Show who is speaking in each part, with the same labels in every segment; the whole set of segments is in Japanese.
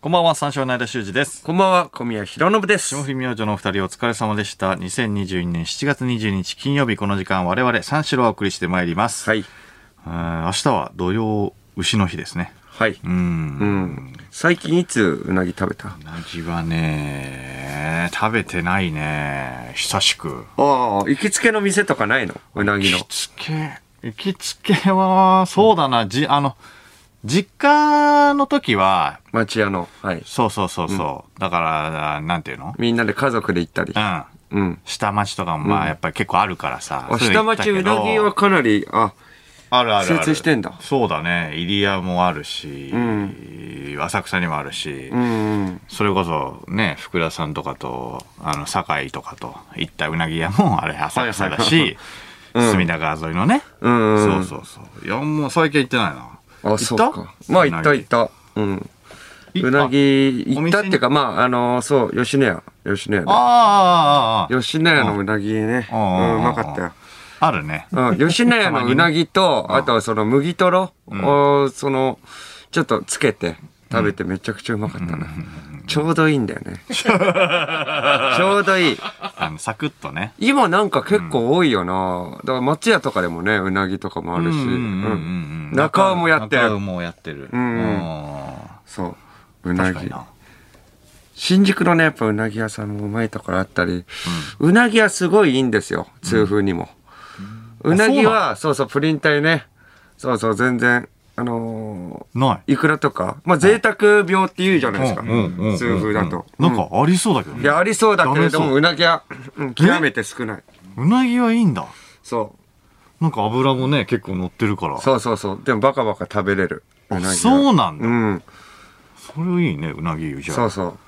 Speaker 1: こんばんは、三照の間修二です。
Speaker 2: こんばんは、小宮浩信です
Speaker 1: 霜。降り明星のお二人お疲れ様でした。2022年7月22日金曜日この時間我々三四郎をお送りしてまいります。
Speaker 2: はい。
Speaker 1: うーん明日は土曜牛の日ですね。
Speaker 2: はい。
Speaker 1: うーん。
Speaker 2: うん。最近いつうなぎ食べた
Speaker 1: うなぎはね、食べてないね。久しく。
Speaker 2: ああ、行きつけの店とかないのうなぎの
Speaker 1: 行。きつけ、行きつけは、そうだな、じ、あの、実家の時は、
Speaker 2: 町屋の。はい。
Speaker 1: そうそうそうそう。だから、なんていうの
Speaker 2: みんなで家族で行ったり
Speaker 1: う。ん。
Speaker 2: うん。
Speaker 1: 下町とかもまあやっぱり結構あるからさ。
Speaker 2: あ、
Speaker 1: そういう
Speaker 2: 下
Speaker 1: の行った
Speaker 2: 町
Speaker 1: けど
Speaker 2: うなぎはかなり、あ、
Speaker 1: あるあるある
Speaker 2: 精通してんだ
Speaker 1: そうだね入谷もあるし、浅草にもあるし、
Speaker 2: うん。
Speaker 1: それこそね福田さんとかとあの堺とかと行ったうなぎ屋も あれ浅草だし、
Speaker 2: はいはいうん
Speaker 1: 隅田川沿いのね、
Speaker 2: うん。
Speaker 1: そうそうそういやもう最近行ってないな
Speaker 2: あ、そうか。まあ、行った行った。うん。うなぎ、
Speaker 1: あ
Speaker 2: 行ったっていうか、まあ、あの、そう、吉野家。吉野家
Speaker 1: ああああああ
Speaker 2: で。吉野家のうなぎね。う
Speaker 1: あ
Speaker 2: ん、うまかったよ。
Speaker 1: あるね
Speaker 2: うん、吉 野家のうなぎと、あとはその麦とろを、その、ちょっとつけて食べてめちゃくちゃうまかったな。ちょうどいいんだよね。 ちょうどいい。
Speaker 1: あのサクッとね
Speaker 2: 今なんか結構多いよな。だから松屋とかでもね、うなぎとかもあるし。
Speaker 1: うんうんうんうんうん
Speaker 2: うん中尾もやってる
Speaker 1: 中尾もやってる
Speaker 2: ん
Speaker 1: うん
Speaker 2: そう。うな
Speaker 1: 確か
Speaker 2: ぎ
Speaker 1: に。な
Speaker 2: 新宿のね、やっぱうなぎ屋さんもうまいところあったり、うなぎはすごいいいんですよ。痛風にも。うなぎは、そうそう、プリン体ね。そうそう、全然。あのー、
Speaker 1: ない
Speaker 2: いくらとか、まあ、贅沢病って言うじゃないですか。
Speaker 1: うんうんうん
Speaker 2: 痛風だと。
Speaker 1: なんかありそうだけどね
Speaker 2: いや、ありそうだけれど
Speaker 1: ダメ
Speaker 2: も、
Speaker 1: そう
Speaker 2: なぎは、うん極めて少ない。
Speaker 1: うなぎはいいんだ
Speaker 2: そ
Speaker 1: なんか油もね結構乗ってるから
Speaker 2: う。そうそうそう。でも、バカバカ食べれる。うなぎは
Speaker 1: そうなんだ
Speaker 2: うん。
Speaker 1: それいいねうなぎじゃあ
Speaker 2: そうそう。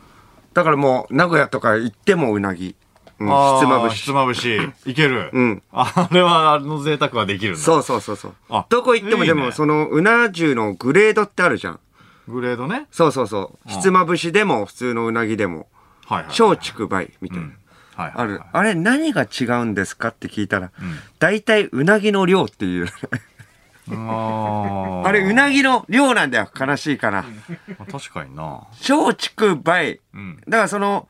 Speaker 2: だからもう、名古屋とか行ってもうなぎ。うん、
Speaker 1: あー
Speaker 2: ひつまぶし
Speaker 1: ひつ。まぶしいける、
Speaker 2: うん
Speaker 1: あれはあの贅沢はできるんだ
Speaker 2: そうそうそうそう
Speaker 1: あ。
Speaker 2: どこ行っても、
Speaker 1: いいね
Speaker 2: でも、その、うな重のグレードってあるじゃん。
Speaker 1: グレードね
Speaker 2: そうそうそう。ひつまぶしでも、普通のうなぎでも、
Speaker 1: はいはい
Speaker 2: 小竹梅みたいな。
Speaker 1: はいはい
Speaker 2: ある。あれ、何が違うんですかって聞いたら
Speaker 1: ん、
Speaker 2: 大体うなぎの量っていう。
Speaker 1: あー
Speaker 2: あれ、うなぎの量なんだよ。悲しいから。
Speaker 1: 確かにな
Speaker 2: 小竹梅。
Speaker 1: うん
Speaker 2: だからその、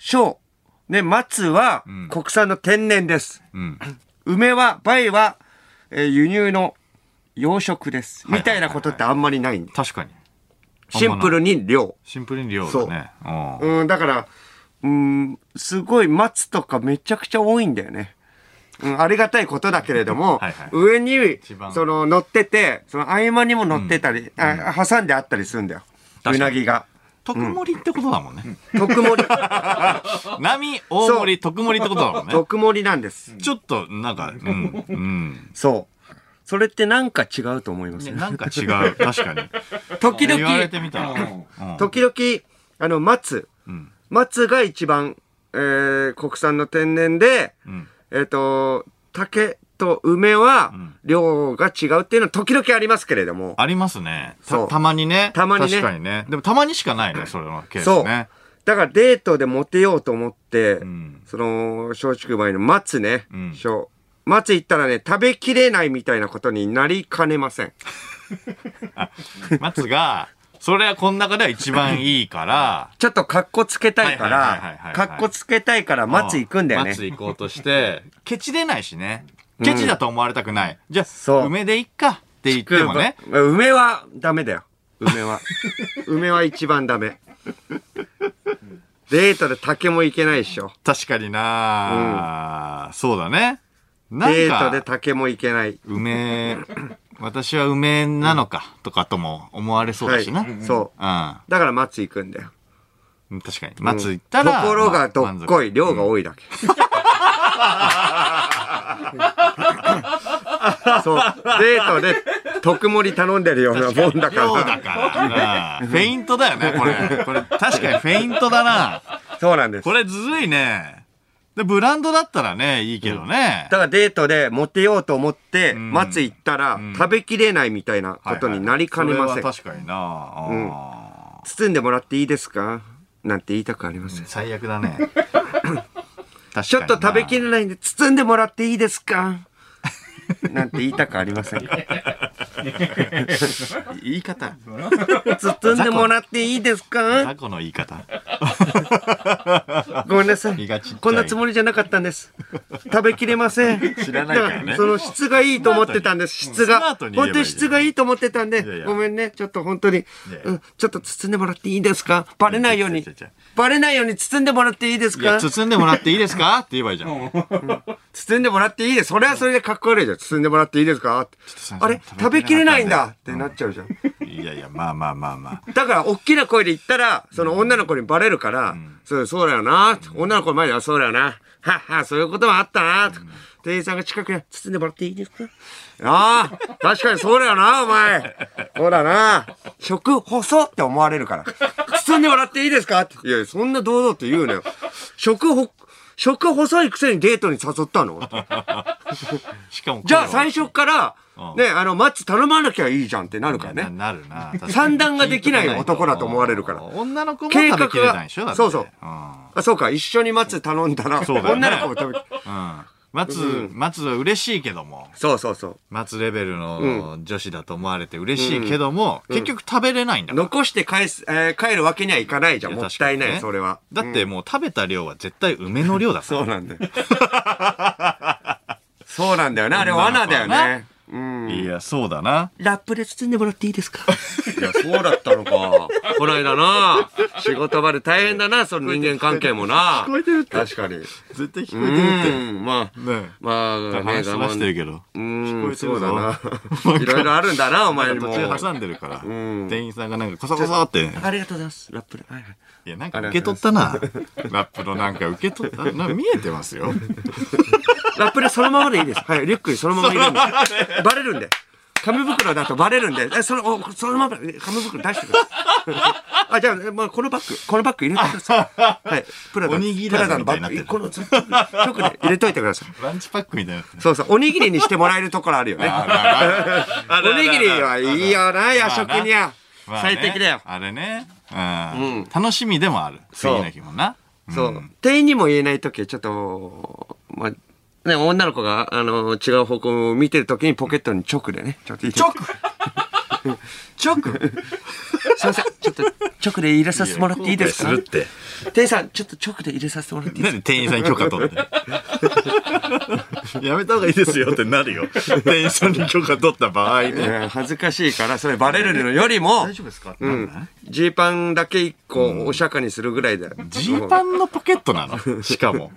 Speaker 2: 小、ね、松は
Speaker 1: ん
Speaker 2: 国産の天然です。
Speaker 1: うん
Speaker 2: 梅は、梅は、えー輸入の養殖です。
Speaker 1: はいはい
Speaker 2: みたいなことってあんまりないんで。
Speaker 1: 確かに
Speaker 2: シンプルに量。
Speaker 1: シンプルに量だねうん
Speaker 2: うん、だから、うん、すごい松とかめちゃくちゃ多いんだよね。うん、ありがたいことだけれど も、
Speaker 1: はいはい
Speaker 2: 上に
Speaker 1: 番、
Speaker 2: その、乗ってて、その合間にも乗ってたり、あ挟んであったりするんだよ。
Speaker 1: 確
Speaker 2: う
Speaker 1: かに
Speaker 2: なぎが。
Speaker 1: 特盛りってことだもんね、
Speaker 2: 特 盛り、
Speaker 1: 波大盛り特盛りってことだもんね
Speaker 2: 特盛りなんです。
Speaker 1: ちょっとなんかうんうん
Speaker 2: そう。それってなんか違うと思います
Speaker 1: ね
Speaker 2: ね。
Speaker 1: なんか違う確かに
Speaker 2: 時
Speaker 1: 言われ
Speaker 2: 々、
Speaker 1: てみたら、うん
Speaker 2: 時々、あの、松。
Speaker 1: ん
Speaker 2: 松が一番、えー、国産の天然で、
Speaker 1: うん
Speaker 2: えっ、と、竹と梅は量が違うっていうのは時々ありますけれども、
Speaker 1: ありますね。
Speaker 2: そ
Speaker 1: た
Speaker 2: う
Speaker 1: たまにね。
Speaker 2: たまにね
Speaker 1: 確かにね。でもたまにしか ないね、それのケー
Speaker 2: そ
Speaker 1: ス
Speaker 2: う
Speaker 1: ね。
Speaker 2: だからデートでモテようと思って、
Speaker 1: ん
Speaker 2: その、松竹梅の松ね、
Speaker 1: ん
Speaker 2: 松松行ったらね、食べきれないみたいなことになりかねません。
Speaker 1: 松が、それはこの中では一番いい から、
Speaker 2: ちょっと格好つけたいか
Speaker 1: はいはいはいはいは
Speaker 2: ら
Speaker 1: い、
Speaker 2: 格好つけたいから松行くんだよね。
Speaker 1: 松行こうとして、ケチ出ないしね。ケチだと思われたくない。じゃあ、
Speaker 2: そう
Speaker 1: 梅でいっかって言ってもね。
Speaker 2: 梅はダメだよ。梅は。 梅は一番 ダメ。デートで竹も行けないでしょ。
Speaker 1: 確かにな、そうだね。なん
Speaker 2: デートで
Speaker 1: か、
Speaker 2: 竹も行けない。
Speaker 1: 梅、 私は梅なのかとかとも思われそうだしな。。
Speaker 2: はいそう
Speaker 1: うん。
Speaker 2: だから松行くんだよ。
Speaker 1: 確かに。松行ったら。
Speaker 2: ところがど
Speaker 1: ま
Speaker 2: っこい、
Speaker 1: 満足
Speaker 2: 量が多いだ け。そう。デートで特盛り頼んでるようなもんだか
Speaker 1: 量
Speaker 2: ら
Speaker 1: だ。から。うんフェイントだよね、これ。これ、確かにフェイントだな。
Speaker 2: そうなんです。
Speaker 1: こ
Speaker 2: だ
Speaker 1: れずるいね。で、ブランドだったらね、いいけどね。
Speaker 2: からデートでモテようと思って、
Speaker 1: ん
Speaker 2: 松行ったら食べきれないみたいなことになりかねま
Speaker 1: は
Speaker 2: せ
Speaker 1: い
Speaker 2: ん
Speaker 1: は。いそれは確かにな。あ
Speaker 2: 包んでもらっていいですかなんて言いたくありません
Speaker 1: ー。最悪だね。
Speaker 2: ちょっと食べき
Speaker 1: る。
Speaker 2: れないんで包んでもらっていいですかなんて言いたくありません。
Speaker 1: 言い方。
Speaker 2: 包んでもらっていいですか
Speaker 1: 雑魚の言い方。
Speaker 2: ごめんなさい
Speaker 1: 身がちっちゃい
Speaker 2: こんなつもりじゃなかったんです食べきれません
Speaker 1: 知らないからね
Speaker 2: だその質がいいと思ってたんです質
Speaker 1: スマ
Speaker 2: が
Speaker 1: ートに言えばい
Speaker 2: 本
Speaker 1: い
Speaker 2: 当に質がいいと思ってたんで
Speaker 1: いやいや
Speaker 2: ごめんねちょっと本当に
Speaker 1: やいや
Speaker 2: うんちょっと包んでもらっていいですかバレないよう
Speaker 1: い
Speaker 2: に
Speaker 1: やいやいやいや
Speaker 2: バレないように包んでもらっていいです
Speaker 1: いや、
Speaker 2: か
Speaker 1: 包んでもらっていいですかって言えばいいじゃん。
Speaker 2: 包んでもらっていいですそれはそれでかっこ悪いじゃん包んでもらっていいですかって
Speaker 1: とすいません
Speaker 2: あれ
Speaker 1: 食
Speaker 2: 食
Speaker 1: べ
Speaker 2: べ
Speaker 1: き
Speaker 2: き
Speaker 1: れ
Speaker 2: れ
Speaker 1: な
Speaker 2: な
Speaker 1: かったんで
Speaker 2: いんだってなっちゃうじゃん
Speaker 1: いやいや、まあまあまあまあ。
Speaker 2: だから、大きな声で言ったら、その女の子にバレるから、そうそうだよな、女の子の前ではそうだよな、はっは、そういうこともあったな、と店員さんが近くに包んでもらっていいですかああ、確かにそうだよな、お前。そうだな。食細って思われるから。包んでもらっていいですかって。いや、そんな堂々って言うなよ。食ほ、食細いくせにデートに誘ったの
Speaker 1: しかも、
Speaker 2: じゃあ最初から
Speaker 1: う、ん
Speaker 2: ね、あの、マッチ頼まなきゃいいじゃんってなるから
Speaker 1: な
Speaker 2: ね。
Speaker 1: な るな。
Speaker 2: 算段ができない男だと思われるから
Speaker 1: 女の子も食べきれないでしょ
Speaker 2: 計画
Speaker 1: だ
Speaker 2: が
Speaker 1: って
Speaker 2: そうそう
Speaker 1: うん
Speaker 2: あ、そうか、一緒に松頼んだら、
Speaker 1: そうだよね
Speaker 2: 女の子も食
Speaker 1: う
Speaker 2: べ、
Speaker 1: ん。松、松は嬉しいけども、
Speaker 2: そうそうそう。
Speaker 1: 松レベルの女子だと思われて嬉しいけども、結局食べれないんだから。
Speaker 2: 残して返す、えー帰るわけにはいかないじゃん。もったいな
Speaker 1: 確か
Speaker 2: い、
Speaker 1: にね
Speaker 2: それは。
Speaker 1: だってもう食べた量は絶対梅の量だから。
Speaker 2: そうなんだよ。 そうなんだよな。あれ罠だよね。うん。
Speaker 1: いや、そうだな。
Speaker 2: ラップで包んでもらっていいですかいや、そうだったのか。 こないだな。仕事場で大変だな、その人間関係もな。
Speaker 1: 聞こえてるって
Speaker 2: 確かに。
Speaker 1: 絶対聞
Speaker 2: う
Speaker 1: こえてるって。
Speaker 2: ん、まあ、
Speaker 1: ね
Speaker 2: まあ、ね、
Speaker 1: 話そらしてる
Speaker 2: け
Speaker 1: けど。
Speaker 2: う
Speaker 1: 聞こえ
Speaker 2: ん、
Speaker 1: て
Speaker 2: そ
Speaker 1: る
Speaker 2: う
Speaker 1: ぞ
Speaker 2: だ な。いろいろあるんだな、お前にも。
Speaker 1: 途中挟んでるから、
Speaker 2: ん
Speaker 1: 店員さんがなんかコソコソって。
Speaker 2: ありがとうございます。ラップで。はいはい。
Speaker 1: いや、なんか受け取ったな。ラップのなんか受け取った。なんか見えてますよ。
Speaker 2: ラップでそのままでいいです。はい、リュックにそのまま入れるんで。バレるんで。紙袋だとバレるんで。え、その、おそのまま、え紙袋出してくださ い。あ、じゃあ、えまあ、このバッグ、このバッグ入れてください。はい。プラダ、
Speaker 1: おにぎり
Speaker 2: プラダの
Speaker 1: みたい
Speaker 2: バ
Speaker 1: になっ
Speaker 2: ッ
Speaker 1: てる
Speaker 2: グ、この、直で入れといてください。
Speaker 1: ランチパックみたいに なってる。
Speaker 2: そうそう、おにぎりにしてもらえるところあるよね。おにぎりはいいよな、夜食には。
Speaker 1: まあね
Speaker 2: 最適だよ。
Speaker 1: あれね。うん。楽しみでもある。
Speaker 2: そう
Speaker 1: 次の日もな。
Speaker 2: そう。店員にも言えないとき、ちょっと、まあ、ね、女の子が、あの、違う方向を見てるときにポケットに直でね、ちょっと直 直すいません、ちょっと直で入れさせてもらっていいですか
Speaker 1: 後悔するって。
Speaker 2: 店員さん、ちょっと直で入れさせてもらっていいで
Speaker 1: なんで店員さんに許可取って。 やめた方がいいですよってなるよ。店員さんに許可取った場合
Speaker 2: す
Speaker 1: ね。
Speaker 2: か恥ずかしいから、それバレるのよりも、
Speaker 1: 夫ですかって
Speaker 2: う
Speaker 1: なんない
Speaker 2: ん、ジーパンだけ一個お釈迦にするぐらいだよ。
Speaker 1: ジーパンのポケットなのしか も。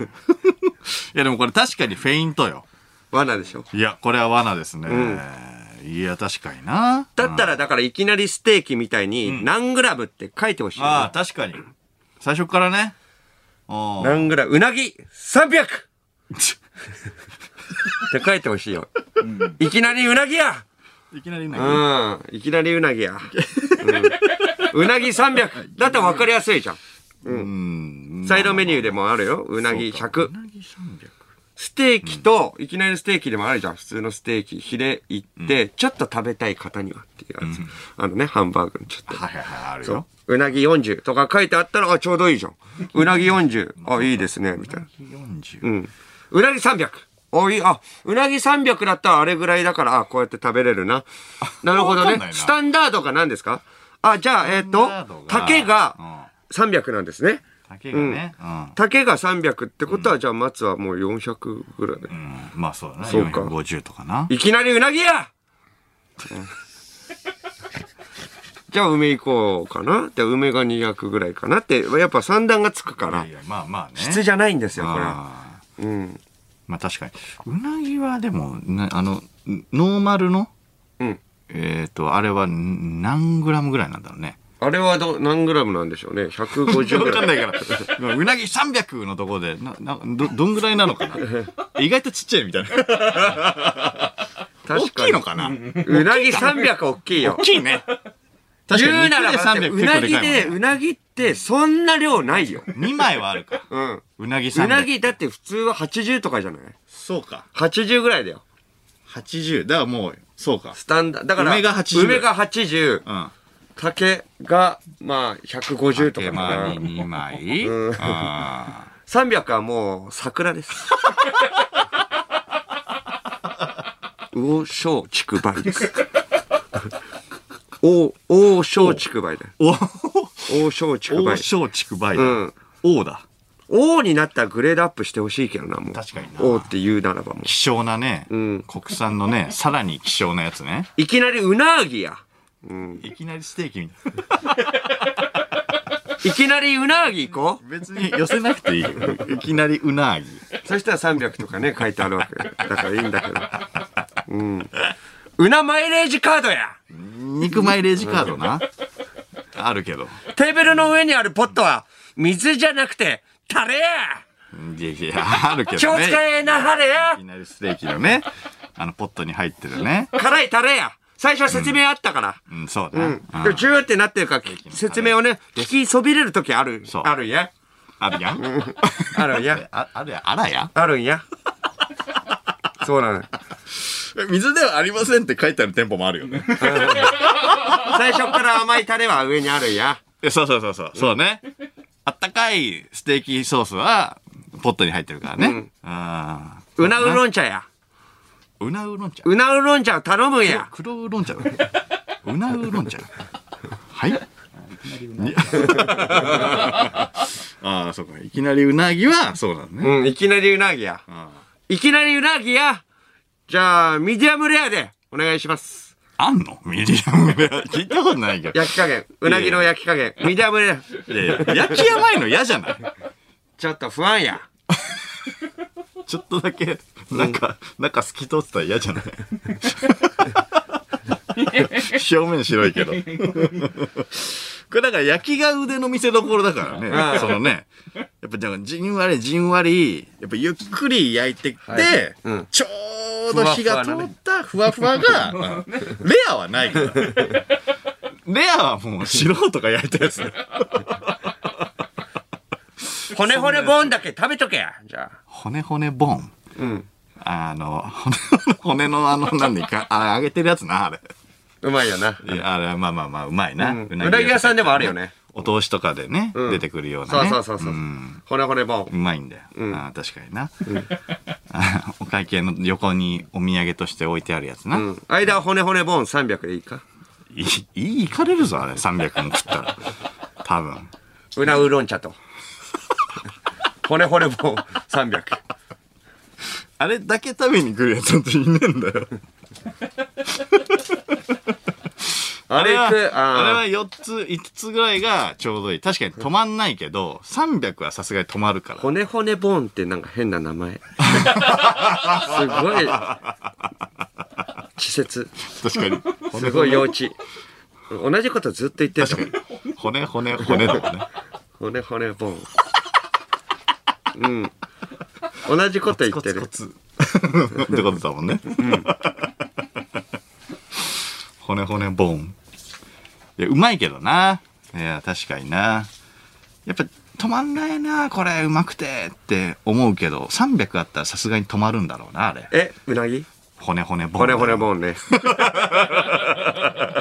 Speaker 1: いやでもこれ確かにフェイントよ。
Speaker 2: 罠でしょ。
Speaker 1: いや、これは罠ですね。いや、確かにな。
Speaker 2: だったら、だからいきなりステーキみたいに何グラムって書いてほしいよね。
Speaker 1: ああ、確かに。最初からね。ああ
Speaker 2: 何グラムうなぎ 300! って書いてほしいよ。いきなりうなぎや
Speaker 1: いきなりね。
Speaker 2: うん。いきなりうなぎや。うん、うなぎ300。だったら分かりやすいじゃん。
Speaker 1: うん。
Speaker 2: サイドメニューでもあるよ。うなぎ100。ステーキと、いきなりステーキでもあるじゃん。普通のステーキ、ヒレいって、ちょっと食べたい方にはっていうやつ。あのね、ハンバーグのちょっと。
Speaker 1: はいはいはい、ある
Speaker 2: そう
Speaker 1: よ。
Speaker 2: うなぎ40とか書いてあったら、あ、ちょうどいいじゃん。うなぎ40。あ、いいですね。みたいな。
Speaker 1: 40。
Speaker 2: うんうなぎ300。おい、あ、うなぎ300だったらあれぐらいだから、あ、こうやって食べれるな。なるほど
Speaker 1: わかんないな
Speaker 2: ね。スタンダードが何ですかあ、じゃあ、えっ、と
Speaker 1: スタンダード、が
Speaker 2: 竹が300なんですね。
Speaker 1: 竹がね。うん。
Speaker 2: 竹が300ってことは、じゃあ松はもう400ぐらい。
Speaker 1: うんまあそうだな。
Speaker 2: そうか
Speaker 1: 450とかな。
Speaker 2: いきなりうなぎや じゃあ梅行こうかな。で、梅が200ぐらいかなって、やっぱ三段がつくか
Speaker 1: いや
Speaker 2: ら
Speaker 1: い。や、まあまあね。
Speaker 2: 質じゃないんですよ、これは。
Speaker 1: ああ
Speaker 2: うん。
Speaker 1: まあ確かに。うなぎはでも、なあの、ノーマルの、
Speaker 2: うん。
Speaker 1: えっと、あれはん何グラムぐらいなんだろうね。
Speaker 2: あれはど、何グラムなんでしょうね。150ぐ
Speaker 1: わ
Speaker 2: ら
Speaker 1: か
Speaker 2: い。
Speaker 1: んないから。うなぎ300のところで、な、な、ど、どんぐらいなのかな意外とちっちゃいみたいな。大
Speaker 2: 確
Speaker 1: き
Speaker 2: か
Speaker 1: い
Speaker 2: に
Speaker 1: のかな
Speaker 2: うなぎ300大きいよ
Speaker 1: 大。きいね。確かに
Speaker 2: 言うならばだって
Speaker 1: 肉
Speaker 2: う
Speaker 1: で300
Speaker 2: な
Speaker 1: 結
Speaker 2: ぎ
Speaker 1: 構で
Speaker 2: で、
Speaker 1: かいもんね
Speaker 2: うなぎってそんな量ないよ。
Speaker 1: 2枚はあるか。
Speaker 2: うん。
Speaker 1: うなぎ300。
Speaker 2: うなぎだって普通は80とかじゃない
Speaker 1: そうか。
Speaker 2: ?80 ぐらいだよ。
Speaker 1: 80。だからもう、そうか。
Speaker 2: スタンダだから、
Speaker 1: 梅が80
Speaker 2: 梅が80
Speaker 1: うん。
Speaker 2: 竹が、まあ、150とか
Speaker 1: 手
Speaker 2: か
Speaker 1: 間
Speaker 2: な
Speaker 1: に。2枚。うん。あ
Speaker 2: 300はもう、桜です。 魚小竹梅です。大、大小竹梅だよ。
Speaker 1: お、
Speaker 2: 大小竹梅
Speaker 1: 大。小竹梅。
Speaker 2: うん
Speaker 1: 王だ。
Speaker 2: 王になったらグレードアップしてほしいけどな、もう。
Speaker 1: 確かにな
Speaker 2: 王って言うならばもう。
Speaker 1: 希少なね、
Speaker 2: ん
Speaker 1: 国産のね、さらに希少なやつね。
Speaker 2: いきなりうなぎや。
Speaker 1: いきなりステーキみたいな。
Speaker 2: いきなりうなぎ行こ
Speaker 1: 別に寄せなくていいよ。いきなりうなぎ。
Speaker 2: う。そしたら300とかね、書いてあるわけ。だからいいんだけど。うん。うなマイレージカードや
Speaker 1: 肉マイレージカードな。あるけど。
Speaker 2: テーブルの上にあるポットは、水じゃなくて、タレや
Speaker 1: いやいや、あるけ
Speaker 2: 気
Speaker 1: ど
Speaker 2: を
Speaker 1: ね。
Speaker 2: 使えなはれ
Speaker 1: い
Speaker 2: や
Speaker 1: きなりステーキのね、あの、ポットに入ってるね。
Speaker 2: 辛いタレや最初は説明あったから。
Speaker 1: うん、そうだ。うん
Speaker 2: でジューってなってるから、説明をね、聞きそびれる時ある
Speaker 1: そう。
Speaker 2: あるんや。
Speaker 1: あるやん。
Speaker 2: あるんや。
Speaker 1: ああるや、あらや。
Speaker 2: あるんや。そうなのよ。
Speaker 1: 水ではありませんって書いてある店舗もあるよね。
Speaker 2: 最初から甘いタレは上にあるんや。
Speaker 1: そうそうそうそう。そうね。あったかいステーキソースは、ポットに入ってるからね。あー
Speaker 2: うなうろん茶や。
Speaker 1: うなうろん茶。
Speaker 2: うなうろん茶を頼むんや。
Speaker 1: 黒うどん茶だね。うなうどん茶。はい。にああ、そうか。いきなりうなぎは、そうなのね。
Speaker 2: うん、いきなりうなぎや。いきなりうなぎや。じゃあ、ミディアムレアでお願いします。
Speaker 1: あんのミディアムレア。聞いたことないけど。
Speaker 2: 焼き加減。うなぎの焼き加減。ミディアムレア。
Speaker 1: いやいや、焼きやばいの嫌じゃない
Speaker 2: ちょっと不安や。
Speaker 1: ちょっとだけ、なんか、なんか透き通ってたら嫌じゃ ない表面白いけど。これだから焼きが腕の見せ所だからね。そのね。やっぱじゃあじんわりじんわり、やっぱゆっくり焼いてって、
Speaker 2: うん
Speaker 1: ちょうど火が通ったふわふわが、うんレアはないから。レアはもう素人が焼いたやつ。
Speaker 2: 骨骨ボーンだけ食べとけや。じゃあ。
Speaker 1: 骨骨ボン。
Speaker 2: うん。
Speaker 1: あの、骨骨のあの、なんでか、あ、揚げてるやつな、あれ。
Speaker 2: うまいよな。
Speaker 1: いやあれまあまあまあうまいな、
Speaker 2: うんうなぎ屋さんでもあるよね
Speaker 1: お通しとかでね、
Speaker 2: うん
Speaker 1: 出てくるような
Speaker 2: そ
Speaker 1: ね
Speaker 2: うそうそうそう。
Speaker 1: ん
Speaker 2: 骨骨ボ
Speaker 1: う
Speaker 2: ーン。
Speaker 1: まいんだよ、
Speaker 2: うん
Speaker 1: ああ確かにな、あ お会計の横にお土産として置いてあるやつな、
Speaker 2: うん。間は骨骨ボーン300でいいか。
Speaker 1: いいいいかれるぞあれ300も食ったら多分
Speaker 2: うなうろん茶と。骨骨ボーン300。
Speaker 1: あれだけ食べに来るやつなんていねえんだよ
Speaker 2: あ
Speaker 1: あ
Speaker 2: れ
Speaker 1: れ
Speaker 2: 行
Speaker 1: は
Speaker 2: く。
Speaker 1: あれ
Speaker 2: あ
Speaker 1: は4つ5つぐらいがちょうどいい確かに止まんないけど300はさすがに止まるから
Speaker 2: ー骨骨ボーンってなんか変な名前。すごい。稚拙。
Speaker 1: 確かに
Speaker 2: すごい幼稚。同じことずっと言ってる。
Speaker 1: 骨骨骨だもんね
Speaker 2: 骨骨ボーン。うん。同じこと言ってる。
Speaker 1: コツ コツってことだもんね、 骨骨ボーンいやうまいけどないや確かになやっぱ止まんないなこれうまくてって思うけど300あったらさすがに止まるんだろうなあれ
Speaker 2: え、うなぎ
Speaker 1: 骨骨ボーン
Speaker 2: 骨骨ボーンね。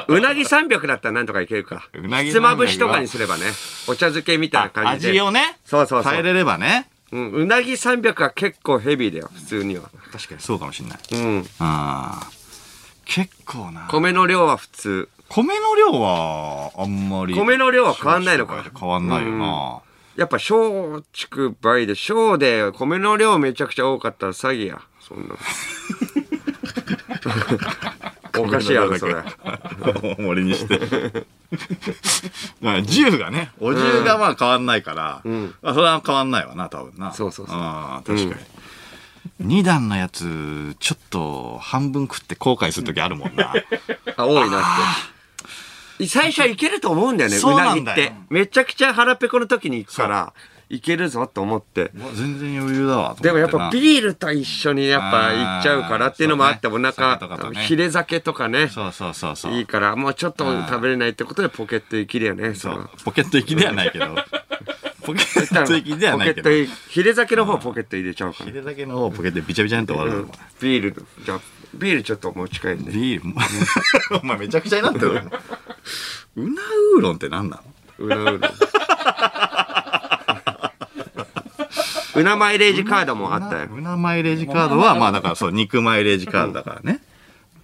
Speaker 2: うなぎ300だったらなんとかいけるか。
Speaker 1: うなぎ
Speaker 2: ひつまぶしとかにすればね。お茶漬けみたいな
Speaker 1: あ
Speaker 2: 感じで。
Speaker 1: 味をね
Speaker 2: そうそうそう
Speaker 1: 変えれればね
Speaker 2: うん、うなぎ300は結構ヘビーだよ、普通には。
Speaker 1: 確かにそうかもしんない
Speaker 2: うん。
Speaker 1: あー結構な
Speaker 2: 米の量は普通。
Speaker 1: 米の量はあんまり
Speaker 2: 米の量は変わんないのか
Speaker 1: 変わんないよな、
Speaker 2: やっぱ小畜梅で、小で米の量めちゃくちゃ多かったら詐欺や。そんな。 おかしいやろ、それ。
Speaker 1: 大盛りにして。まあ、銃がね、お銃がまあ変わんないから、まあ、それは変わんないわな、多分な。
Speaker 2: そうそうそうん
Speaker 1: 確かに。二段のやつ、ちょっと半分食って後悔するときあるもんな。
Speaker 2: あ、多いなって。最初はいけると思うんだよね、う
Speaker 1: そう
Speaker 2: な
Speaker 1: な
Speaker 2: ぎっ
Speaker 1: んだよ
Speaker 2: て。めちゃくちゃ腹ペコの時に行くから、いけるぞと思って。
Speaker 1: うわ 全然余裕だわ。
Speaker 2: でもやっぱ
Speaker 1: ビ
Speaker 2: ビールと一緒にやっぱ行っちゃうからっていうのもあって、
Speaker 1: あー
Speaker 2: お
Speaker 1: そうね
Speaker 2: 腹
Speaker 1: 酒とか、ね
Speaker 2: ヒレ酒とかね、
Speaker 1: そうそうそうそう。
Speaker 2: いいから、もうちょっと食べれないってことでポケット生きるよね、そ
Speaker 1: そ
Speaker 2: の
Speaker 1: う。ポケット行きではないけ ど。ポケ
Speaker 2: ポケ
Speaker 1: ット行きではないけど。
Speaker 2: ット
Speaker 1: 入
Speaker 2: いヒレ酒の方ポケット入れちゃうから。
Speaker 1: れだけの方ポケットでビチャビチャにと終わる
Speaker 2: うんビール、じゃあビールちょっと持ち帰るね。
Speaker 1: ビール、お前めちゃくちゃになって る。うなウーロンって何なの
Speaker 2: うな うな。うなマイレージカードもあったよ。
Speaker 1: うなマイレージカードは、まあだからそう、 肉マイレージカードだからね。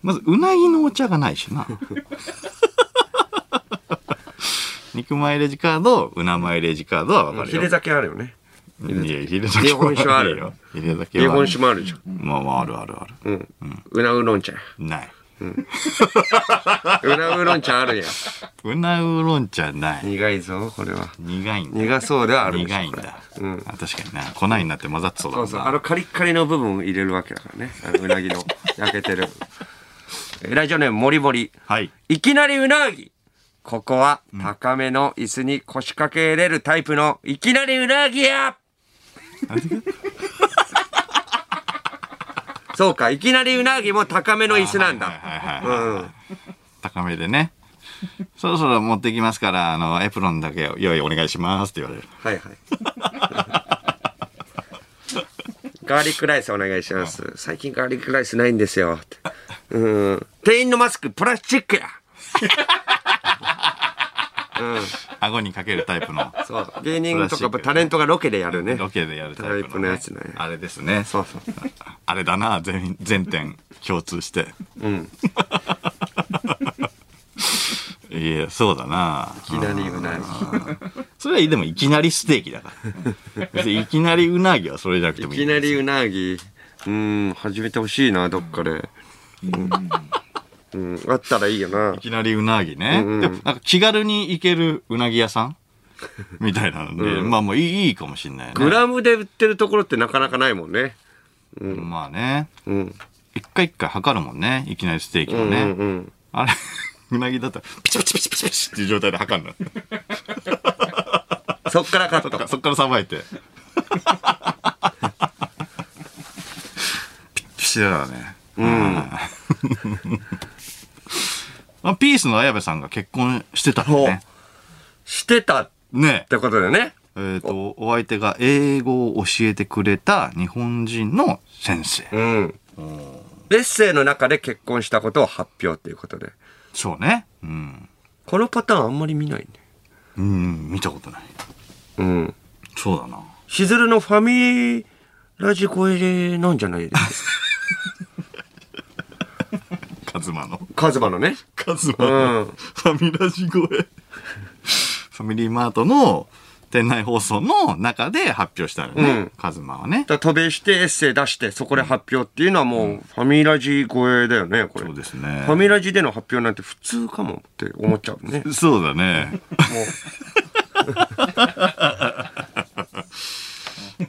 Speaker 1: まず、うなぎのお茶がないしな。肉マイレージカード、うなマイレージカードはわかる
Speaker 2: ヒ
Speaker 1: よ。
Speaker 2: レ酒あるよね。
Speaker 1: いや、ヒレ
Speaker 2: 日本酒
Speaker 1: 酒は
Speaker 2: あ
Speaker 1: あ
Speaker 2: る
Speaker 1: るよ。ヒレ酒は
Speaker 2: 日
Speaker 1: ある
Speaker 2: 本酒もあるじゃん。
Speaker 1: まあまあ、あるあるある。
Speaker 2: うん。うなうろん茶。
Speaker 1: ない。
Speaker 2: うなうろん茶あるやん。
Speaker 1: うなうろん茶ない。
Speaker 2: 苦いぞ、これは。
Speaker 1: 苦いんだ。
Speaker 2: 苦そうではあるでしょ
Speaker 1: 苦いん
Speaker 2: これ
Speaker 1: だ。
Speaker 2: うん
Speaker 1: あ確かにな。粉になって混ざってそうだ
Speaker 2: そ
Speaker 1: も
Speaker 2: うんそう。あ
Speaker 1: な。
Speaker 2: のカリッカリの部分を入れるわけだからね。あのうなぎの 焼けてる。えラジオネームもりもり。
Speaker 1: はい。
Speaker 2: いきなりうなぎここは高めの椅子に腰掛けれるタイプのいきなりうなぎやそうか、いきなりうなぎも高めの椅子なん
Speaker 1: はい
Speaker 2: だ。
Speaker 1: はいはいうはい。
Speaker 2: ん。
Speaker 1: 高めでね。 そろそろ持ってきますから、あの、エプロンだけ用意お願いしますって言われる。
Speaker 2: はいはい。ガーリックライスお願いします。最近ガーリックライスないんですよ。うん。店員のマスクプラスチックや。
Speaker 1: 顎にかけるタイプの。
Speaker 2: そう。芸人とかタレントがロケでやるね。
Speaker 1: ロケでやるタイプの,、
Speaker 2: タイプのやつね
Speaker 1: あれですね。
Speaker 2: そうそう。
Speaker 1: あれだな、全全点共通して。うん。 いや、そうだな。
Speaker 2: いきなりうなぎ。
Speaker 1: それはいいでもいきなりステーキだから。別にいきなりうなぎはそれじゃなくて
Speaker 2: い
Speaker 1: もいい。
Speaker 2: きなりうなぎ。うん、始めてほしいな、どっかで。うん、うんあったらいいよな。
Speaker 1: いきなりうなぎね。でもなんか気軽に行けるうなぎ屋さんみたいなので、まあもういいいいかもしんないね。
Speaker 2: グラムで売ってるところってなかなかないもんね。
Speaker 1: まあね。
Speaker 2: うん。
Speaker 1: 一回一回測るもんね。いきなりステーキ
Speaker 2: う
Speaker 1: も
Speaker 2: ん
Speaker 1: ね。
Speaker 2: うんうん。
Speaker 1: あれ、 うなぎだったら、ピチピチピチピチピチっていう状態で測るの。
Speaker 2: そっからカッ
Speaker 1: そっか
Speaker 2: ト。
Speaker 1: そっからさばいて。ピッピシだね。うん。まあ、ピースの綾部さんが結婚してたのね。
Speaker 2: してたっ
Speaker 1: ね
Speaker 2: てことだよね。
Speaker 1: え。えっ、と、お相手が英語を教えてくれた日本人の先生。
Speaker 2: うん。エッセイの中で結婚したことを発表っていうことで。
Speaker 1: そうね。うん。
Speaker 2: このパターンあんまり見ないね。
Speaker 1: うん、見たことない。
Speaker 2: うん。
Speaker 1: そうだな。
Speaker 2: しずるのファミラジ超えなんじゃないですか。
Speaker 1: カズマの。
Speaker 2: カズマのね。
Speaker 1: カズマの、
Speaker 2: うん
Speaker 1: ファミラジ声。 ファミリーマートの店内放送の中で発表したのね。
Speaker 2: うん
Speaker 1: カズマはね。
Speaker 2: だから渡米してエッセイ出してそこで発表っていうのはもうファミラジ超えだよねこれ
Speaker 1: そうですね
Speaker 2: ファミラジでの発表なんて普通かもって思っちゃう ね
Speaker 1: そうだね。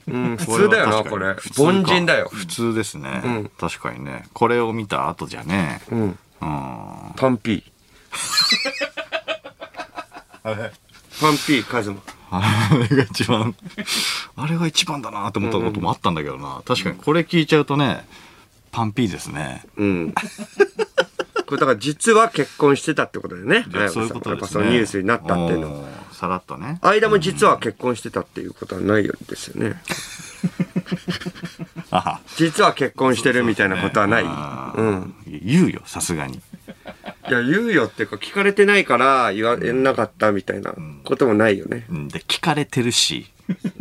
Speaker 2: うん普通だよなこれ凡人だよ
Speaker 1: 普通ですね、確かにね。これを見た後じゃね。うん。
Speaker 2: ん
Speaker 1: あ
Speaker 2: パンピー
Speaker 1: れ
Speaker 2: パンピーカズマ
Speaker 1: れが一番、あれが一番だなと思ったこともあったんだけどな。確かにこれ聞いちゃうとね、パンピーですね。
Speaker 2: うんこれだから実は結婚してたってことだよね
Speaker 1: じゃあそういうこと
Speaker 2: やっ
Speaker 1: で
Speaker 2: ぱ
Speaker 1: す
Speaker 2: そ
Speaker 1: ね。
Speaker 2: のニュースになったっていうのは
Speaker 1: おーさらっとね。
Speaker 2: 間も実は結婚してたっていうことはないようですよね
Speaker 1: あは
Speaker 2: 実は結婚してるみたいなことはない
Speaker 1: うん、言うよさすがに
Speaker 2: いや、言うよっていうか、聞かれてないから言われなかったみたいなこともないよね。
Speaker 1: うんで聞かれてるし、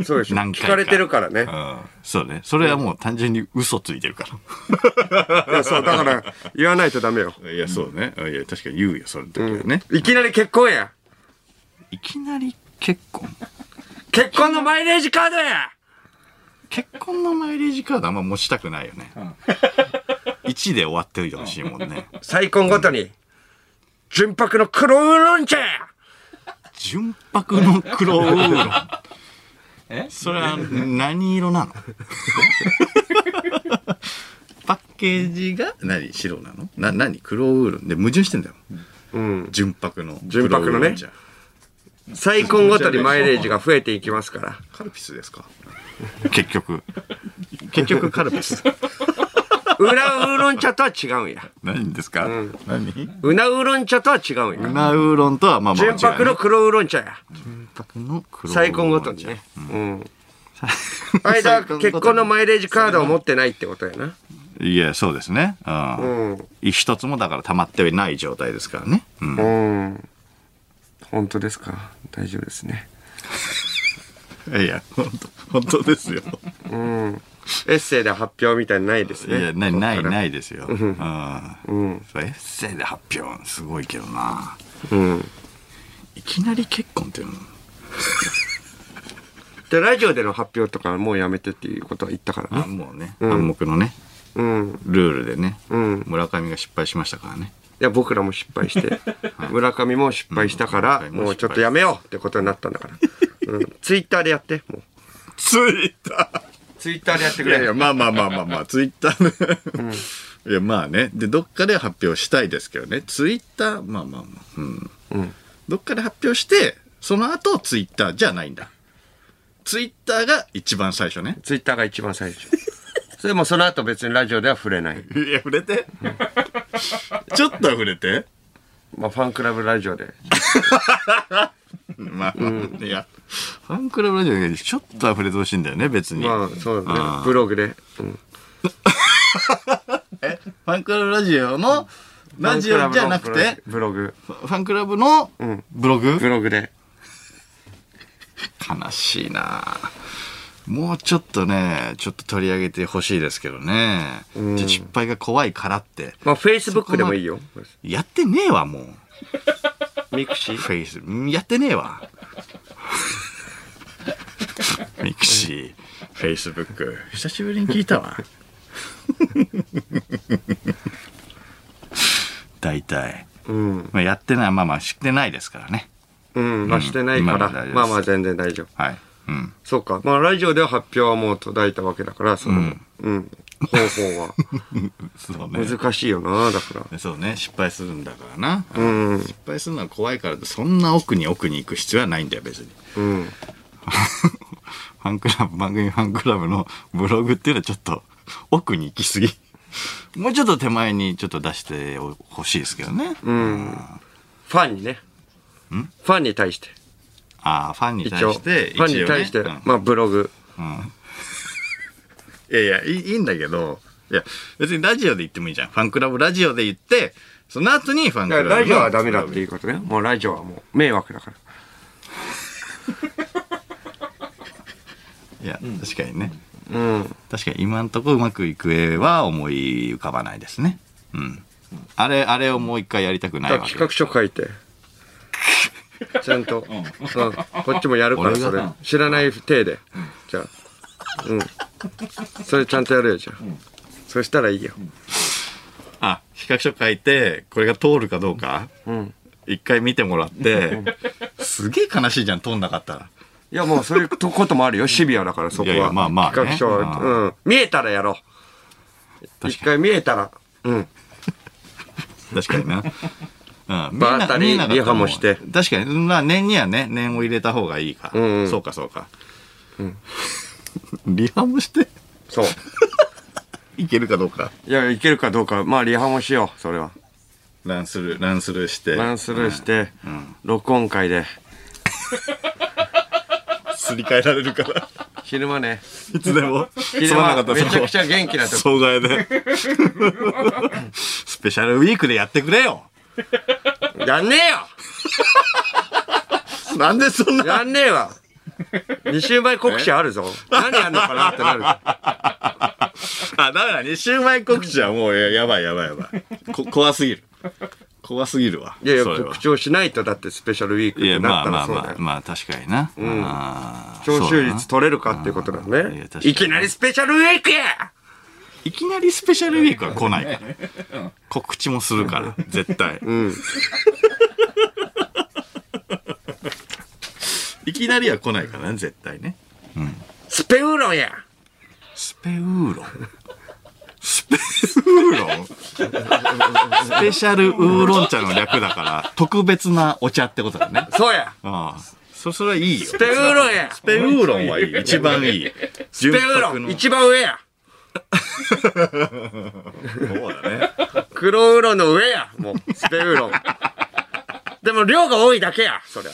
Speaker 2: そうでしょ。
Speaker 1: 何
Speaker 2: 聞
Speaker 1: 回か
Speaker 2: かれてるから ね
Speaker 1: う。ん、そうねそれはもう単純に嘘ついてるか
Speaker 2: いやそう、だから、言わないとダメよ。
Speaker 1: らいやそうね、いや確かに言うよその時はね、
Speaker 2: いきなり結婚や
Speaker 1: いきなり結婚
Speaker 2: 結婚のマイレージカードや
Speaker 1: 結婚のマイレージカードあんま持ちたくないよね、1で終わっておいてほしいもんね
Speaker 2: 再婚ごとに、純白の黒ウーロン茶や
Speaker 1: 純白の黒ウーロン えそれは何色なの パッケージが何白なのな何黒ウーロンで矛盾してんだよ
Speaker 2: うん。
Speaker 1: 純白の
Speaker 2: 純白
Speaker 1: 黒
Speaker 2: のね
Speaker 1: ウーロン茶
Speaker 2: 再婚ごとにマイレージが増えていきますから。
Speaker 1: カルピスですか結局結局カルピ ス
Speaker 2: 裏ウーロン茶とは違うんや。
Speaker 1: 何ですか、何
Speaker 2: うなウーロン茶とは違うん
Speaker 1: う
Speaker 2: や。
Speaker 1: なウーロンとはまあまあ
Speaker 2: 純白の黒ウーロン茶や。
Speaker 1: 純白の黒ウーロン茶
Speaker 2: 再婚ごとにね。うん。 間は結婚のマイレージカードを持ってないってことやな。
Speaker 1: いやそうですねう、
Speaker 2: うんん。
Speaker 1: 一つもだから溜まってない状態ですからね、うん
Speaker 2: うん。本当ですか大丈夫ですね。
Speaker 1: いやいや、本当本当ですよ。
Speaker 2: うん。エッセイで発表みたいなのないです
Speaker 1: い
Speaker 2: ね。
Speaker 1: や、ない、ない、
Speaker 2: い。
Speaker 1: ないですよ。うん。エッセイで発表、すごいけどな。
Speaker 2: うん。
Speaker 1: いきなり結婚っていうのも
Speaker 2: で、ラジオでの発表とかもうやめてっていうことは言ったから
Speaker 1: あ
Speaker 2: ね。
Speaker 1: もうね、
Speaker 2: うん
Speaker 1: 暗黙のね
Speaker 2: うん。
Speaker 1: ルールでね、
Speaker 2: うん
Speaker 1: 村上が失敗しましたからね
Speaker 2: いや、僕らも失敗して、村上も失敗したから、
Speaker 1: うん
Speaker 2: もうちょっとやめようってことになったんだから。うん。ツイッターでやって、もう。
Speaker 1: ツイッタ
Speaker 2: ツイッターでやって
Speaker 1: ーいやいやまあまあまあまあまあツイッターね、いやまあねでどっかで発表したいですけどねツイッターまあまあまあうん、
Speaker 2: ん
Speaker 1: どっかで発表してその後ツイッターじゃないんだツイッターが一番最初ね
Speaker 2: ツイッターが一番最初。それもその後別にラジオでは触れない。
Speaker 1: いや触れてちょっとは触れて
Speaker 2: まあ、ファンクラブラジオで。
Speaker 1: まあ、いやファンクラブラジオだけどちょっとは触れてほしいんだよね別に、
Speaker 2: まあ、そうだ
Speaker 1: あー
Speaker 2: ね。ブログで。うん。
Speaker 1: えファンクラブラジオのラジオじゃなくて
Speaker 2: ブログ。
Speaker 1: ファンクラブの
Speaker 2: ん
Speaker 1: ブログ、
Speaker 2: ブログで。
Speaker 1: 悲しいなもうちょっとねちょっと取り上げてほしいですけどね、じゃあ失敗が怖いからって
Speaker 2: まあ、フェイスブックでもいいよ。
Speaker 1: やってねえわもう
Speaker 2: ミクシー。
Speaker 1: フェイスうんやってねえわミクシーフェイスブック久しぶりに聞いたわ大体、
Speaker 2: うん。
Speaker 1: まあ、やってないまあまあ知ってないですからね
Speaker 2: うん。まあ、してないから。
Speaker 1: うん今は大丈夫です
Speaker 2: まあまあ、全然大丈夫。
Speaker 1: はいうん
Speaker 2: そうか。まあ、ラジオでは発表はもう途絶えたわけだから、その、うん、方法 は。
Speaker 1: そうね
Speaker 2: 難しいよな、だから。
Speaker 1: そうね失敗するんだからな、
Speaker 2: うん
Speaker 1: 失敗するのは怖いからってそんな奥に奥に行く必要はないんだよ別に
Speaker 2: うん。
Speaker 1: ファンクラブ番組ファンクラブのブログっていうのはちょっと奥に行き過 ぎもうちょっと手前にちょっと出してほしいですけどね、
Speaker 2: うん。ファンにね。ファンに対して。
Speaker 1: ああファンに対
Speaker 2: 一応。
Speaker 1: し
Speaker 2: フ
Speaker 1: て
Speaker 2: ァンに対して、まあ、ブログ。
Speaker 1: いやいやいいいいんだけどいや別にラジオで言ってもいいじゃんファンクラブラジオで言ってその後にファンクラ
Speaker 2: だか
Speaker 1: ブ
Speaker 2: らラジオはダメだっていうことね。もうラジオはもう迷惑だから。
Speaker 1: いや確かにね、
Speaker 2: うん。
Speaker 1: 確かに今んとこうまくいく絵は思い浮かばないですねうんあれあれをもう一回やりたくな
Speaker 2: だ
Speaker 1: い
Speaker 2: か
Speaker 1: わ
Speaker 2: ら
Speaker 1: け
Speaker 2: 企画書書い て。ちゃんと。うん。こっちもやるから、
Speaker 1: 俺が
Speaker 2: それ
Speaker 1: うん。
Speaker 2: 知らない体で。じゃあ。うん。それちゃんとやるよ、じゃあ。そしたらいいよ。
Speaker 1: あ企画書書いてこれが通るかどうか
Speaker 2: うん。
Speaker 1: 一回見てもらって すげえ悲しいじゃん通んなかったら
Speaker 2: いや、もうそういうとこともあるよ。シビアだから、そこは。
Speaker 1: いやいやまあまあね
Speaker 2: 企画書は、うん。見えたらやろう。一回見えたら。うん。
Speaker 1: 確かになうん、
Speaker 2: バータリー
Speaker 1: 見えな見えなかった
Speaker 2: リハもして
Speaker 1: 確かにまあ念にはね念を入れた方がいいか、
Speaker 2: うんうん
Speaker 1: そうかそうか、 リハもして
Speaker 2: そう。
Speaker 1: いけるかどうか
Speaker 2: いや、いけるかどうか。まあ、リハもしよう、それは。
Speaker 1: ランスルーランスルーして
Speaker 2: ランスルーして、録音会で。
Speaker 1: すり替えられる から
Speaker 2: 昼間ね。
Speaker 1: いつでも
Speaker 2: 昼
Speaker 1: すま
Speaker 2: 間、
Speaker 1: なかった
Speaker 2: めちゃくちゃ元気 な時。
Speaker 1: 総外で。スペシャルウィークでやってくれよ。
Speaker 2: やんねえよ
Speaker 1: なんでそんな。
Speaker 2: やんねえわ二週前告知あるぞ。何やんのかなって なる。
Speaker 1: あ、ダメだ。二週前告知はもうややばいやばいやばい。こ怖すぎる。怖すぎるわ。
Speaker 2: いやいや、
Speaker 1: それは
Speaker 2: 告知をしないとだってスペシャルウィークっ
Speaker 1: い
Speaker 2: て
Speaker 1: や、ま
Speaker 2: なっ
Speaker 1: あ
Speaker 2: た
Speaker 1: ま
Speaker 2: ら
Speaker 1: あ
Speaker 2: そうだ
Speaker 1: ま
Speaker 2: よ
Speaker 1: あ、。まあ確かにな。あー
Speaker 2: 聴
Speaker 1: そう
Speaker 2: 取
Speaker 1: だな
Speaker 2: 率取れるかっていうことだよ
Speaker 1: いや
Speaker 2: ね
Speaker 1: 確。かに
Speaker 2: いきなりスペシャルウィークや
Speaker 1: いきなりスペシャルウィークは来ないから。告知もするから、絶対。 いきなりは来ないからね、絶対ね。
Speaker 2: スペウーロンや
Speaker 1: スペウーロン。スペウーロンスペシャルウーロン茶の略だから、特別なお茶ってことだね。
Speaker 2: そうや
Speaker 1: ああ。そ、それはいいよ。ス
Speaker 2: スペウーロンや
Speaker 1: ペウーロンはいい。一番いい。ス
Speaker 2: スペウーロン一番上や
Speaker 1: そうだね。
Speaker 2: 黒ウーロンの上やもう、スペウーロン。 でも量が多いだけやそりゃ。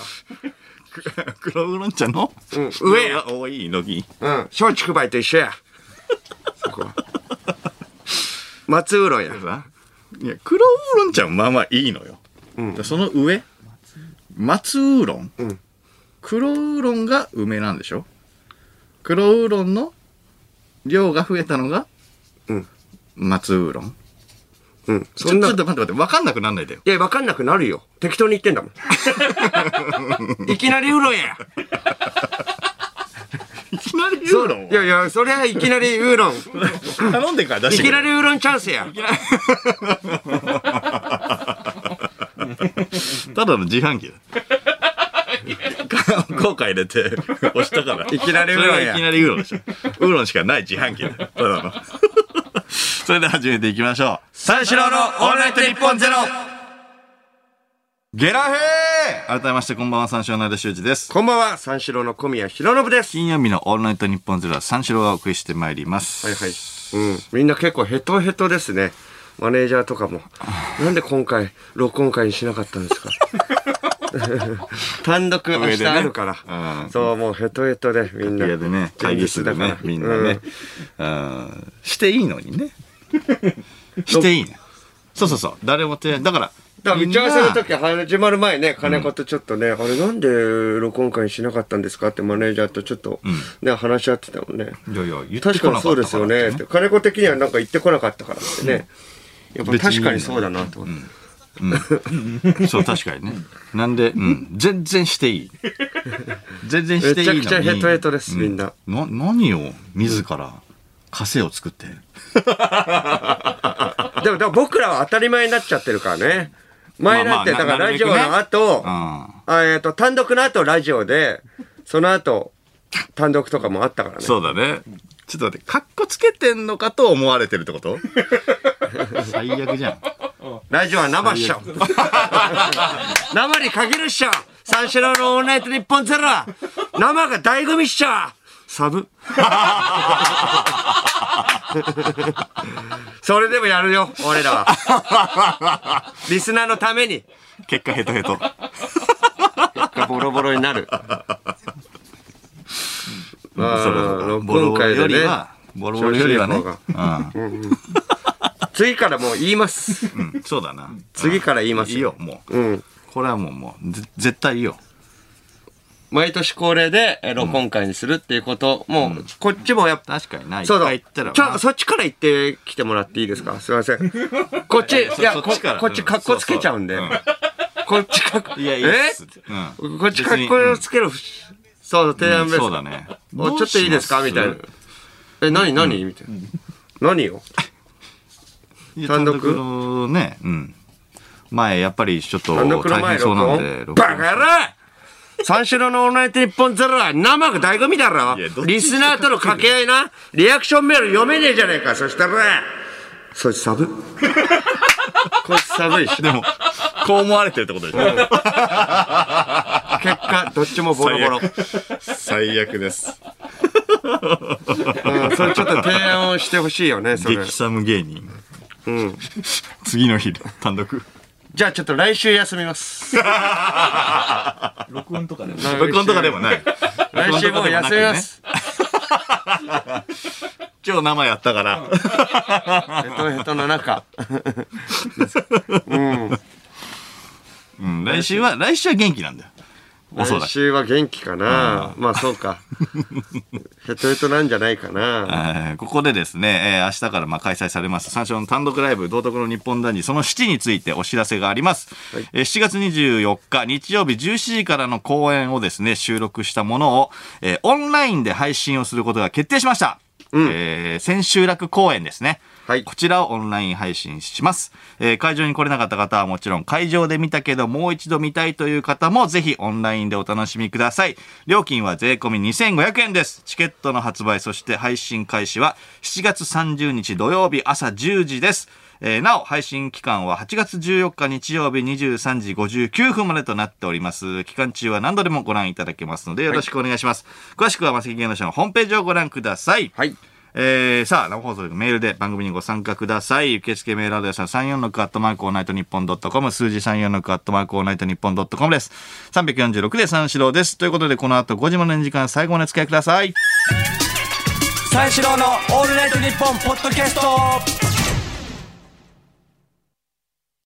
Speaker 1: 黒ウーロン茶の
Speaker 2: うん、上や
Speaker 1: が多いのに。
Speaker 2: うん、松竹梅と一緒や。そこは。松ウーロンや。
Speaker 1: いや、黒ウーロン茶もまあまあいいのよ。だその上、松ウーロン。
Speaker 2: ん
Speaker 1: 黒ウーロンが梅なんでしょ黒ウーロンの量が増えたのが、
Speaker 2: うん
Speaker 1: 松ウーロン。
Speaker 2: うん。
Speaker 1: ちょ
Speaker 2: そんな
Speaker 1: ちょっ、と待って待って、分かんなくなんないでよ。
Speaker 2: いや、わかんなくなるよ。適当に言ってんだも ん。いきなりウーロンや。
Speaker 1: いきなり言
Speaker 2: そうう
Speaker 1: の
Speaker 2: いやいや、そりゃいきなりウーロン。い
Speaker 1: 頼んでから出して
Speaker 2: き
Speaker 1: く
Speaker 2: な
Speaker 1: れ。
Speaker 2: りウーロンチャンスや。
Speaker 1: ただの自販機だ。 後悔入れて押したから。い
Speaker 2: きなりウーロンや
Speaker 1: いきなりウーロンでしょ。ウーロンしかない自販機だ。ただの。 それでは始めていきましょう。三四郎のオールナイトニッポンゼロゲラヘー改めましてこんばんは、三四郎の間修二です。
Speaker 2: こんばんは、三四郎の小宮弘信です。
Speaker 1: 金曜日のオールナイトニッポンゼロは三四郎がお送りしてまいります。
Speaker 2: はいはい。うん。みんな結構ヘトヘトですね。マネージャーと かも。なんで今回、録音会にしなかったんですか単独明
Speaker 1: 上で
Speaker 2: 日
Speaker 1: ね
Speaker 2: あるから。
Speaker 1: うん
Speaker 2: そう、もうヘトヘトで、みんな。
Speaker 1: 楽屋でね、会議室でね
Speaker 2: 現、実
Speaker 1: みん
Speaker 2: だ
Speaker 1: な
Speaker 2: から
Speaker 1: ね。うん、していいのにね。 していいの。そうそうそう。誰も手、だから、
Speaker 2: だから打ち合わせの
Speaker 1: みんな
Speaker 2: 時始まる前ね、金子とちょっとね、あれなんで録音会しなかったんですかってマネージャーとちょっとね、話し合ってたもんね。
Speaker 1: いやいや、言って
Speaker 2: 確
Speaker 1: こ
Speaker 2: か
Speaker 1: なかった
Speaker 2: にそうですよね。って金子的にはなんか言ってこなかったからってね。やっぱ
Speaker 1: 別にいい
Speaker 2: 確かにそうだなと思って。
Speaker 1: そう、確かにね。なんで、うん、全然していい。全然していいのに。
Speaker 2: めちゃくちゃヘトヘトですみんな
Speaker 1: う。な、何を自ら、枷を作って。
Speaker 2: でも、だから僕らは当たり前になっちゃってるからね。前なんて、
Speaker 1: まあ
Speaker 2: だ
Speaker 1: ま
Speaker 2: か
Speaker 1: あな
Speaker 2: ら
Speaker 1: なるべ
Speaker 2: ラジ
Speaker 1: くね
Speaker 2: オの後、
Speaker 1: うん。
Speaker 2: あえっと、単独の後ラジオで、その後、単独とかもあったからね。
Speaker 1: そうだね。ちょっと待って、かっこつけてんのかと思われてるってこと 最悪じゃん。
Speaker 2: ラジオは生っしょ。生に限るっしょ。三四郎のオールナイト日本ゼロは生が醍醐味っしょ。サブ。それでもやるよ、俺らは。リスナーのために。
Speaker 1: 結果ヘトヘト。
Speaker 2: ボロボロになる。まあ
Speaker 1: そうそうそうボロボロ
Speaker 2: 今回
Speaker 1: より
Speaker 2: でね、
Speaker 1: は、ボロボロよりはね。
Speaker 2: 調子いい
Speaker 1: う
Speaker 2: 次からもう言います。
Speaker 1: んうん、そうだな。
Speaker 2: 次から言います
Speaker 1: いいよ、もう。
Speaker 2: うん。
Speaker 1: これはもう、もう、ぜ絶対いいよ。
Speaker 2: 毎年恒例でえー録音会にするっていうこと、もう、こっちもやっぱ、
Speaker 1: 確かにな。一
Speaker 2: そうだ。
Speaker 1: 回
Speaker 2: ち
Speaker 1: 言ったら。
Speaker 2: ょ、そっちから行ってきてもらっていいですかすいませ ん。こっち、
Speaker 1: そ
Speaker 2: いや、
Speaker 1: そっ
Speaker 2: こ
Speaker 1: ちから
Speaker 2: こっち格好つけちゃうんで
Speaker 1: うんそう。
Speaker 2: こっち格好、
Speaker 1: いや、いいっ
Speaker 2: え
Speaker 1: す。うん
Speaker 2: こっち格好つける。そう、提案
Speaker 1: 別にうんそう
Speaker 2: です。
Speaker 1: だね。
Speaker 2: おちょっといいですかみたいな。え、何何みたいな。何よ
Speaker 1: な単
Speaker 2: 単独
Speaker 1: 独のね、うん。前、やっぱりちょっと
Speaker 2: 単独の
Speaker 1: 大
Speaker 2: 前
Speaker 1: 変そうな
Speaker 2: 録
Speaker 1: ん
Speaker 2: 音
Speaker 1: で、
Speaker 2: バカ野郎三四郎のオールナイト日本ゼロは生が醍醐味だろ
Speaker 1: いやどっち
Speaker 2: リスナーとの掛け合いなリアクションメール読めねえじゃねえかそしたらそいつ寒いこいつ寒 いし
Speaker 1: でも、こう思われてるってことでしょ
Speaker 2: 結果どっちもボロボロ、
Speaker 1: 最悪です。
Speaker 2: うん、それちょっと提案をしてほしいよねそれ
Speaker 1: 激寒芸人。次の日、単独。
Speaker 2: じゃあちょっと来週休み ます
Speaker 3: 録音とかでも
Speaker 1: 録音とかでもない。
Speaker 2: 来週もう休みます、
Speaker 1: 今日生やったから。
Speaker 2: ヘトヘトの中
Speaker 1: うん、来週は、来週は元気なんだよ。おそら
Speaker 2: 来
Speaker 1: く。
Speaker 2: 週は元気かなまあそ うかヘトヘトなんじゃないかな
Speaker 1: えーここでですね、えー明日からまあ開催されます、三四郎の単独ライブ、道徳の日本談義、その7についてお知らせがあります。えー7月24日、日曜日17時からの公演をですね、収録したものを、えーオンラインで配信をすることが決定しました。えー千秋楽公演ですね。
Speaker 2: はい
Speaker 1: こちらをオンライン配信します、えー会場に来れなかった方はもちろん、会場で見たけどもう一度見たいという方もぜひオンラインでお楽しみください。料金は税込み2500円です。チケットの発売、そして配信開始は7月30日土曜日朝10時です。えーなお、配信期間は8月14日日曜日23時59分までとなっております。期間中は何度でもご覧いただけますのでよろしくお願いします。詳しくはマセキ芸能社のホームページをご覧ください。
Speaker 2: はい
Speaker 1: えー、さあ、生放送でメールで番組にご参加ください。受付メールアドレスは346アットマークオールナイトニッポンドットコム、数字346アットマークオールナイトニッポンドットコムです。346で三四郎です。ということで、この後5時までの時間、最後までお付き合いください。
Speaker 3: 三四郎のオールナイトニッポンポッドキャスト